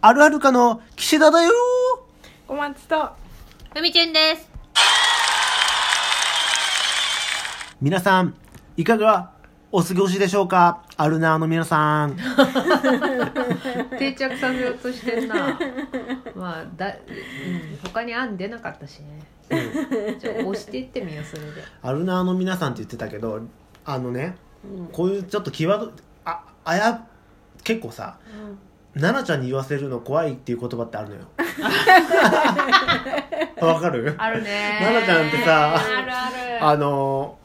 あるあるかの岸田だよ小松とふみちゅんです。皆さん、いかがお過ごしでしょうかあるなーの皆さん。定着させようとしてんな。まあ、だ、うん、他に案出なかったしね。じゃあ、押していってみよう、それで。あるなーの皆さんって言ってたけど、あのね、こういうちょっとキーワード、あ、あや、結構さ、奈々ちゃんに言わせるの怖いっていう言葉ってある のよ。わかるあるねななちゃんってさあるある。あの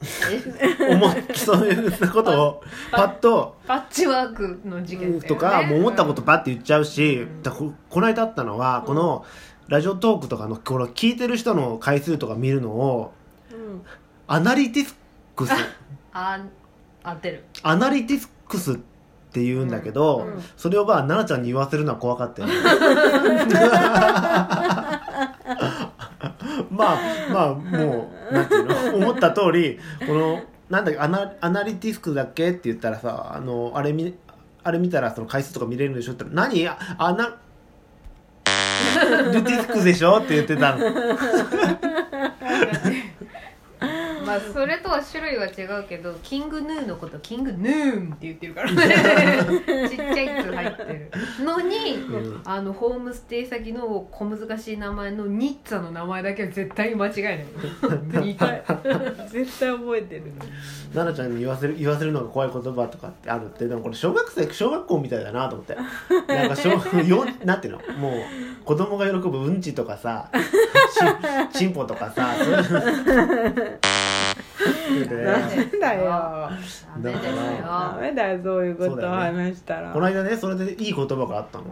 ー、思いっきりそういうことを パッとパッチワークの事件だよねとか、もう思ったことばって言っちゃうし、だここの間あったのは、このラジオトークとかのこの聞いてる人の回数とか見るのをうんアナリティクスあ、合ってる。アナリティクスって言うんだけど、うんうんそれをば奈々ちゃんに言わせるのは怖か ったよねまあまあもうなんていうの思った通りこのなんだっけアナアナリティクスだっけって言ったらさあのあれ見あれ見たらその回数とか見れるでしょって言ったら何あア ナリティクスでしょって言ってたのまあ、それとは種類は違うけど、キングヌーのこと、キングヌーンって言っ てるからね。ちっちゃい「つ」入ってる。のに、うんあの、ホームステイ先の小難しい名前のニッツァの名前だけは絶対に間違いない。いっ ぱい絶対覚えてる奈々ちゃんに言わせる言わせるのが怖い言葉とかってあるってでもこれ小学生小学校みたいだなと 思ってなんか小よなんていうのもう子供が喜ぶうんちとかさちちんぽとかさそう いうのダでメだよダメですダよ。メだよそういうこそうとをだよね話したらこの間ねそれでいい言葉があったの、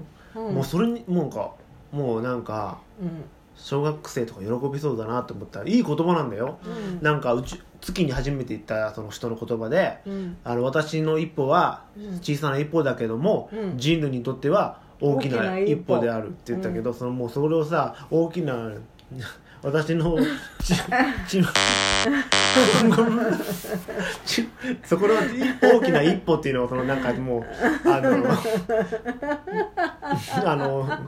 うんもうそれにもうなんかもうなんかうん小学生とか喜びそうだなと思ったらいい言葉なんだようんなんかうち月に初めて言ったその人の言葉でうんあの私の一歩はうん小さな一歩だけども、うん人類にとっては大き大きなな一一歩歩であるって言ったけど、そのもうそれをさ大きな私のちちちそこの大きな一歩っていうのをそのなんかもうあのあの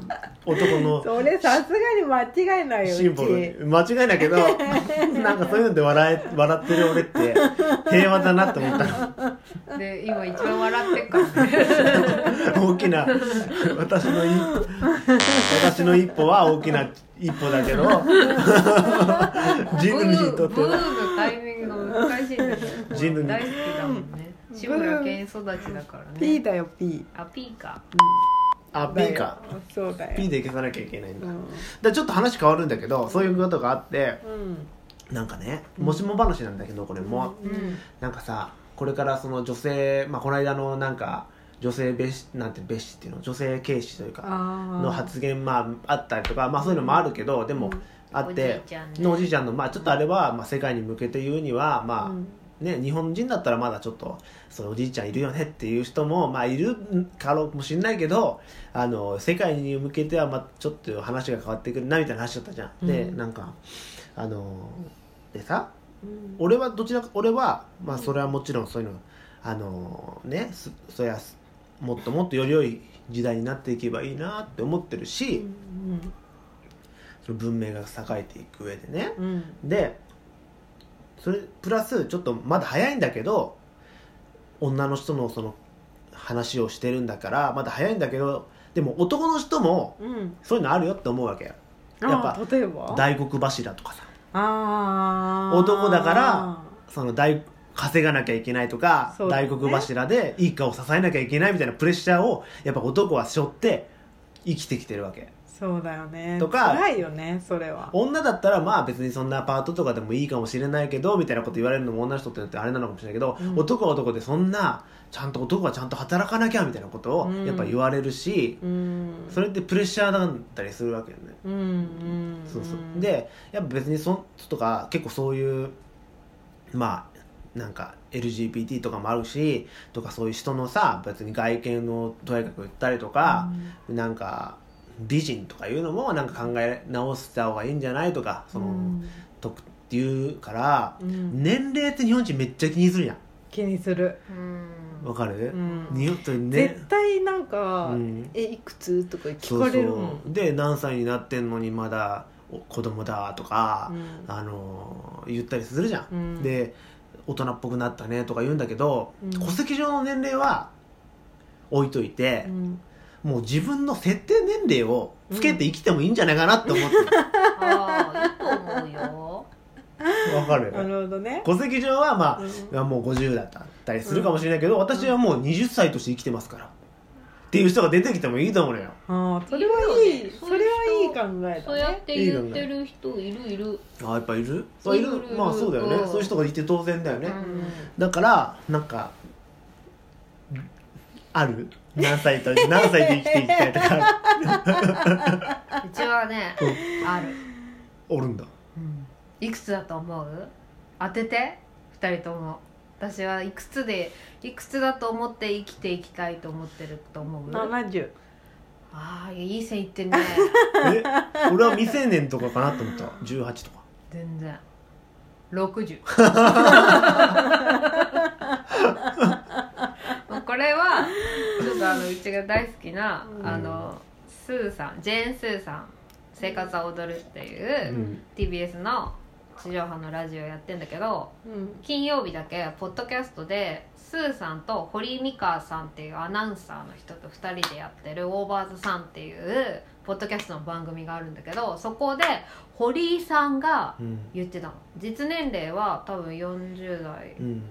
男のそれさすがに間違いないよシンボル間違いだけどなんかそういうので笑え笑ってる俺って平和だなって思ったの。で今一番笑ってっからね。 大きな私の一歩私の一歩は大きな一歩だ けど人ブ類にーとブってはーのタイミングが難しいんだよね。人類に大好きだもんね。志村けん育ちだからピーね。だよピあ、ピーか。あー B かだよそうだよ B でいかなきゃいけないんだうだかんらちょっと話変わるんだけどそういうことがあってうんなんかねもしも話なんだけどこれもうん。なんかさこれからその女性まあこの間のなんか女性蔑視なんて蔑視っていうの女性軽視というかあーの発言まああったりとかまあそういうのもあるけどでもあっおじいてちゃんねのおじいちゃんのまあちょっとあれはまあ世界に向けて言うにはまあ、うんね、日本人だったらまだちょっとそうおじいちゃんいるよねっていう人も、まあ、いるかもしれないけどあの世界に向けては、まあ、ちょっと話が変わってくるなみたいな話だったじゃん。でうんなんかあのでさうん俺はどちらか俺は、まあ、それはもちろんそういうのあのねそそりゃすもっともっとより良い時代になっていけばいいなって思ってるし、うんその文明が栄えていく上でね。うんでそれプラスちょっとまだ早いんだけど女の人のその話をしてるんだからまだ早いんだけどでも男の人もうんそういうのあるよって思うわけよあーやっ例えば大黒柱とかさあー男だからその大稼がなきゃいけないとか、そうだね大黒柱で一家を支えなきゃいけないみたいなプレッシャーをやっぱ男は背負って生きてきてるわけそうだよねとか辛いよねそれは女だったらまあ別にそんなパートとかでもいいかもしれないけどみたいなこと言われるのも女の人ってのってあれなのかもしれないけど、うん男は男でそんなちゃんと男はちゃんと働かなきゃみたいなことをうんやっぱ言われるし、うんそれってプレッシャーだったりするわけよね、うんうんそうそうでやっぱ別にそんとか結構そういうまあなんか LGBT とかもあるしとかそういう人のさ別に外見をとにかく言ったりとか、なんか美人とかいうのもなんか考え直した方がいいんじゃないとかその、うんとくっていうからうん年齢って日本人めっちゃ気にするやん気にするうん。わかる、うんによってね絶対なんか「うんえいくつ?」とか聞そうかそれるもんうで何歳になってんのにまだお子供だとかう、んあのー言ったりするじゃん、うんで大人っぽくなったねとか言うんだけど、うん戸籍上の年齢は置いといてう、んもう自分の設定年齢をつけて生きてもいいんじゃないかなって思ってああ いいと思うよ るわ、かるなるほどね、戸籍上はまあ、うもう50だったりするかもしれないけど、私はもう20歳として生きてますからっていう人が出てきてもいいと思うのよん、あーそれはいいいるよねそれはいい考えそうやだねって言ってる人いるいるあやっぱいるそういるいるいるまあそうだよね、うんそういう人がいて当然だよね、うんだからなんかある何歳と何歳で生きていきたいとかうちはねある、おるんだいくつだと思う当てて2人とも私はいくつでいくつだと思って生きていきたいと思ってると思う70ああいい線いってんえね俺は未成年とかかなと思った18とか全然60もうこれはちょっとあのうちが大好きな、うんあのスーさんジェーン・スーさん「生活は踊る」っていうう、ん TBS の地上波のラジオやってんだけどうん金曜日だけポッドキャストでスーさんと堀井美香さんっていうアナウンサーの人と2人でやってる「オーバーズさん」っていうポッドキャストの番組があるんだけどそこで堀井さんがうん言ってたの実年齢は多分40代うん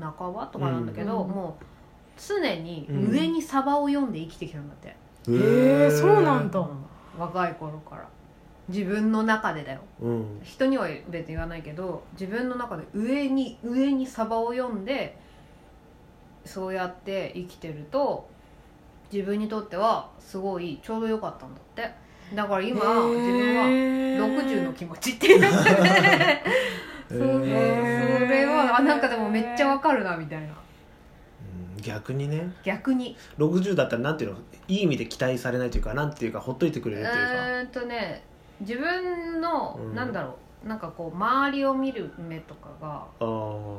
半ばとかなんだけど、うんもう常に上にサバを読んで生きてきたんだって、へへえそうなんだ若い頃から自分の中でだようん人には別に言わないけど自分の中で上に上にサバを読んでそうやって生きてると自分にとってはすごいちょうど良かったんだってだから今自分は60の気持ちってなっててそうそうそへーれはあなんかでもめっちゃわかるなみたいなうん逆にね逆に60だったらなんていうのいい意味で期待されないというかなんていうかほっといてくれうるというかーんとね自分の、うんなんだろうなんかこう周りを見る目とかがあー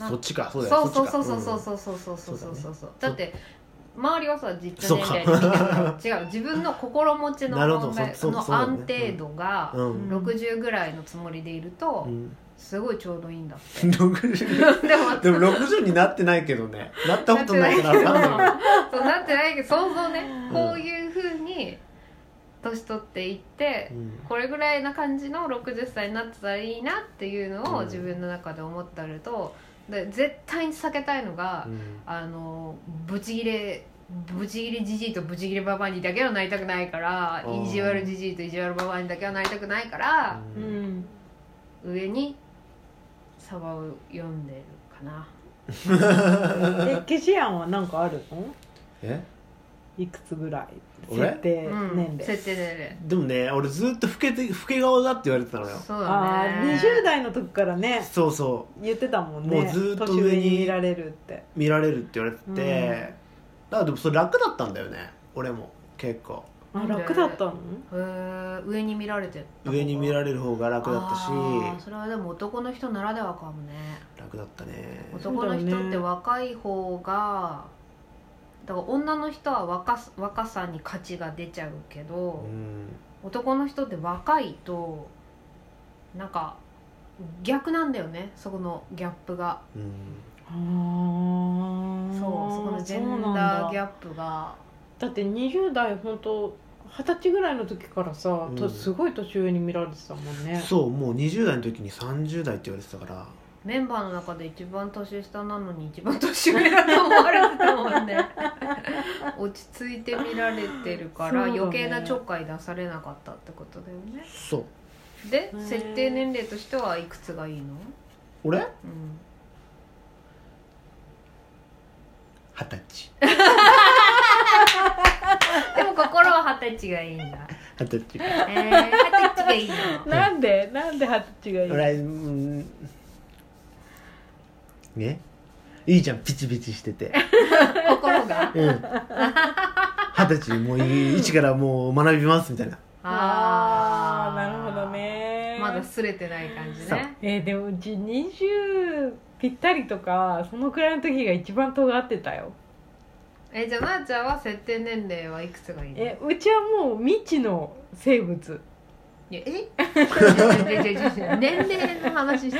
なんそっちかそうだよそうそうそうそうそそうっちかそうそうそうそうそうそうそうだだねって周りはさ実そう年か齢で見てるから違う自分の心持ちのなるほど問題そそそうのそうだね安定度がうんうん60ぐらいのつもりでいるとうんうんすごいちょうどいいんだって60でもでも60になってないけどねなったことないから分かんないそうなってないけど想像ねうんこういうふうに年取っていってうんこれぐらいな感じの60歳になってたらいいなっていうのうをん自分の中で思ってあるとで絶対に避けたいのがうんあのブチギレブチギレじじいとブチギレババアにだけはなりたくないからうん意地悪じじいと意地悪ババアにだけはなりたくないから、ううんん上にサバを読んでるかなえケシアンは何かあるのえいくつぐらい俺設定うん年齢、設定年でもね俺ずっと老けて老け顔だって言われてたのよ齢そうああだね20代の時からねそうそ言ってたもんねもうずーっと年上上にに見られるってう見られるって言われてて、うんだからでもそれ楽だったんだよね俺も結構あなんで楽だったのへー上に見られてた上に見られる方が楽だったしあーそれはでも男の人ならではかもね楽だったね男の人って若い方がだから女の人は若す若さに価値が出ちゃうけど、うん男の人って若いとなんか逆なんだよねそこのギャップがうんあそあうそこのジェンそうダなーんギだャップがだって20代本当二十歳ぐらいの時からさ、とうんすごい年上に見られてたもんねそうもう20代の時に30代って言われてたからメンバーの中で一番年下なのに一番年上だと思われてたもんね落ち着いて見られてるかそうらだね余計なちょっかい出されなかったってことだよねそうでうん設定年齢としてはいくつがいいの、俺うん、二十歳でも心は二十歳がいいんだ二十歳えー二十歳がいいのなんでなんで二十歳がいい俺うんねいいじゃんピチピチしてて心がうん二十歳もういい一からもう学びますみたいなああーなるほどねまだ擦れてない感じそうねえーでもうち20ぴったりとかそのくらいの時が一番尖ってたよえじゃあなあちゃんは設定年齢はいくつがいいのえうちはもう未知の生物いやえ 違う違う違う違う年齢の話して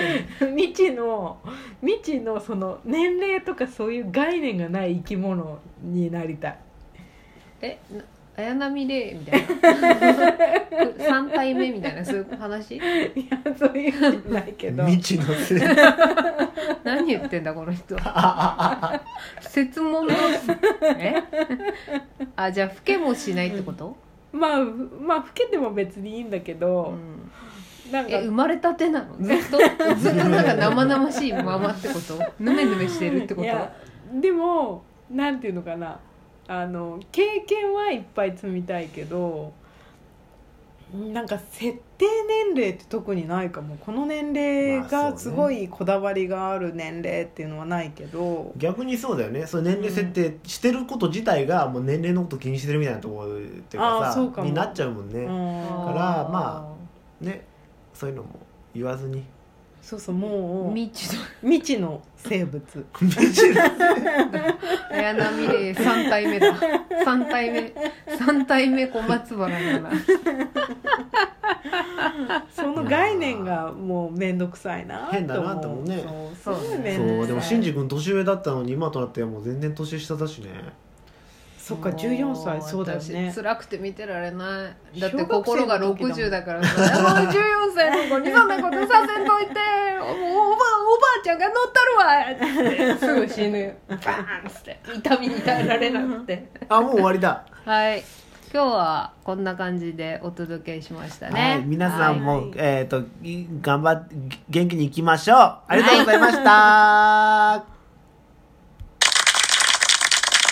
る未知の未知のその年齢とかそういう概念がない生き物になりたい えな綾波レイみたいな3体目みたいなそういう話いやそういうんじゃないけど未知のせい何言ってんだこの人説問のえあじゃあ老けもしないってこと、まあふまあ老けても別にいいんだけうど、んなんかえ生まれたてなのずっとずっとなんか生々しいままってことぬめぬめしてるってこいとやでもなんていうのかなあの経験はいっぱい積みたいけどなんか設定年齢って特にないかもこの年齢まあそうがねすごいこだわりがある年齢っていうのはないけど、逆にそうだよねその年齢設定してること自体がもう年齢のこと気にしてるみたいなところっていうあかーそうさかもになっちゃうもんうね、んからまあねそういうのも言わずにそうそうもう未知の未知の生物未知の綾波レイ3体目だ3体目3体目小松原だなその概念がもう面倒くさいな変だなとと思思ううねそうすごい面倒くさいそうでもしんじ君年上だったのに今となってはもう全然年下だしねそっか14歳そうだよね私辛くて見てられないだって小学生心の時だがもん60だからさもう14歳の子にそんなことさせんといてもうおばあおばあちゃんが乗ったるわってすぐ死ぬバーンっつって痛みに耐えられなく てあもう終わりだ、はい今日はこんな感じでお届けしましたね、はい皆さんも、はいえっ、とい頑張って元気にいきましょうありがとうございました、